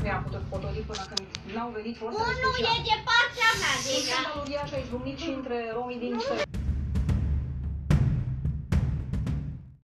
se a putut potoli până când n-au venit forțele Unul speciale. e de partea mea deja. Scandalul e așa, ești rumnit și între romii din țări.